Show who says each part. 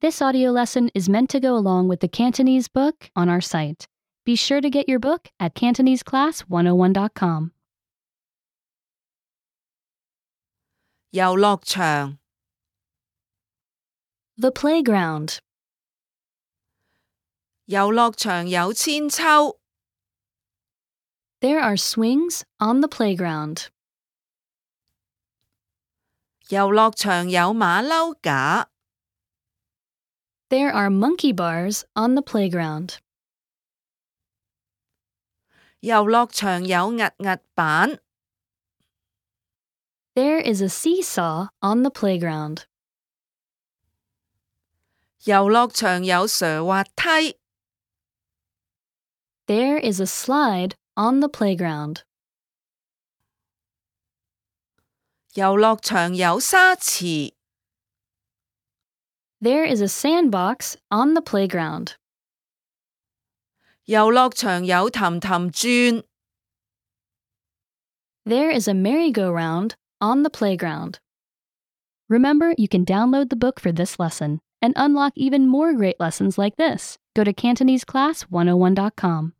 Speaker 1: This audio lesson is meant to go along with the Cantonese book on our site. Be sure to get your book at CantoneseClass101.com.
Speaker 2: 遊樂場、
Speaker 1: The playground,
Speaker 2: 遊樂場有千秋、
Speaker 1: There are swings on the playground.
Speaker 2: 遊樂場有馬騮架、
Speaker 1: There are monkey bars on the playground.
Speaker 2: 遊樂場有壓壓板、
Speaker 1: There is a seesaw on the playground.
Speaker 2: 遊樂場有斜滑梯、
Speaker 1: There is a slide on the playground.
Speaker 2: 遊樂場有沙池、
Speaker 1: There is a sandbox on the playground.
Speaker 2: 遊樂場有氹氹轉、
Speaker 1: There is a merry-go-round on the playground. Remember, you can download the book for this oh lesson and unlock even more great lessons like this. Go to CantoneseClass101.com.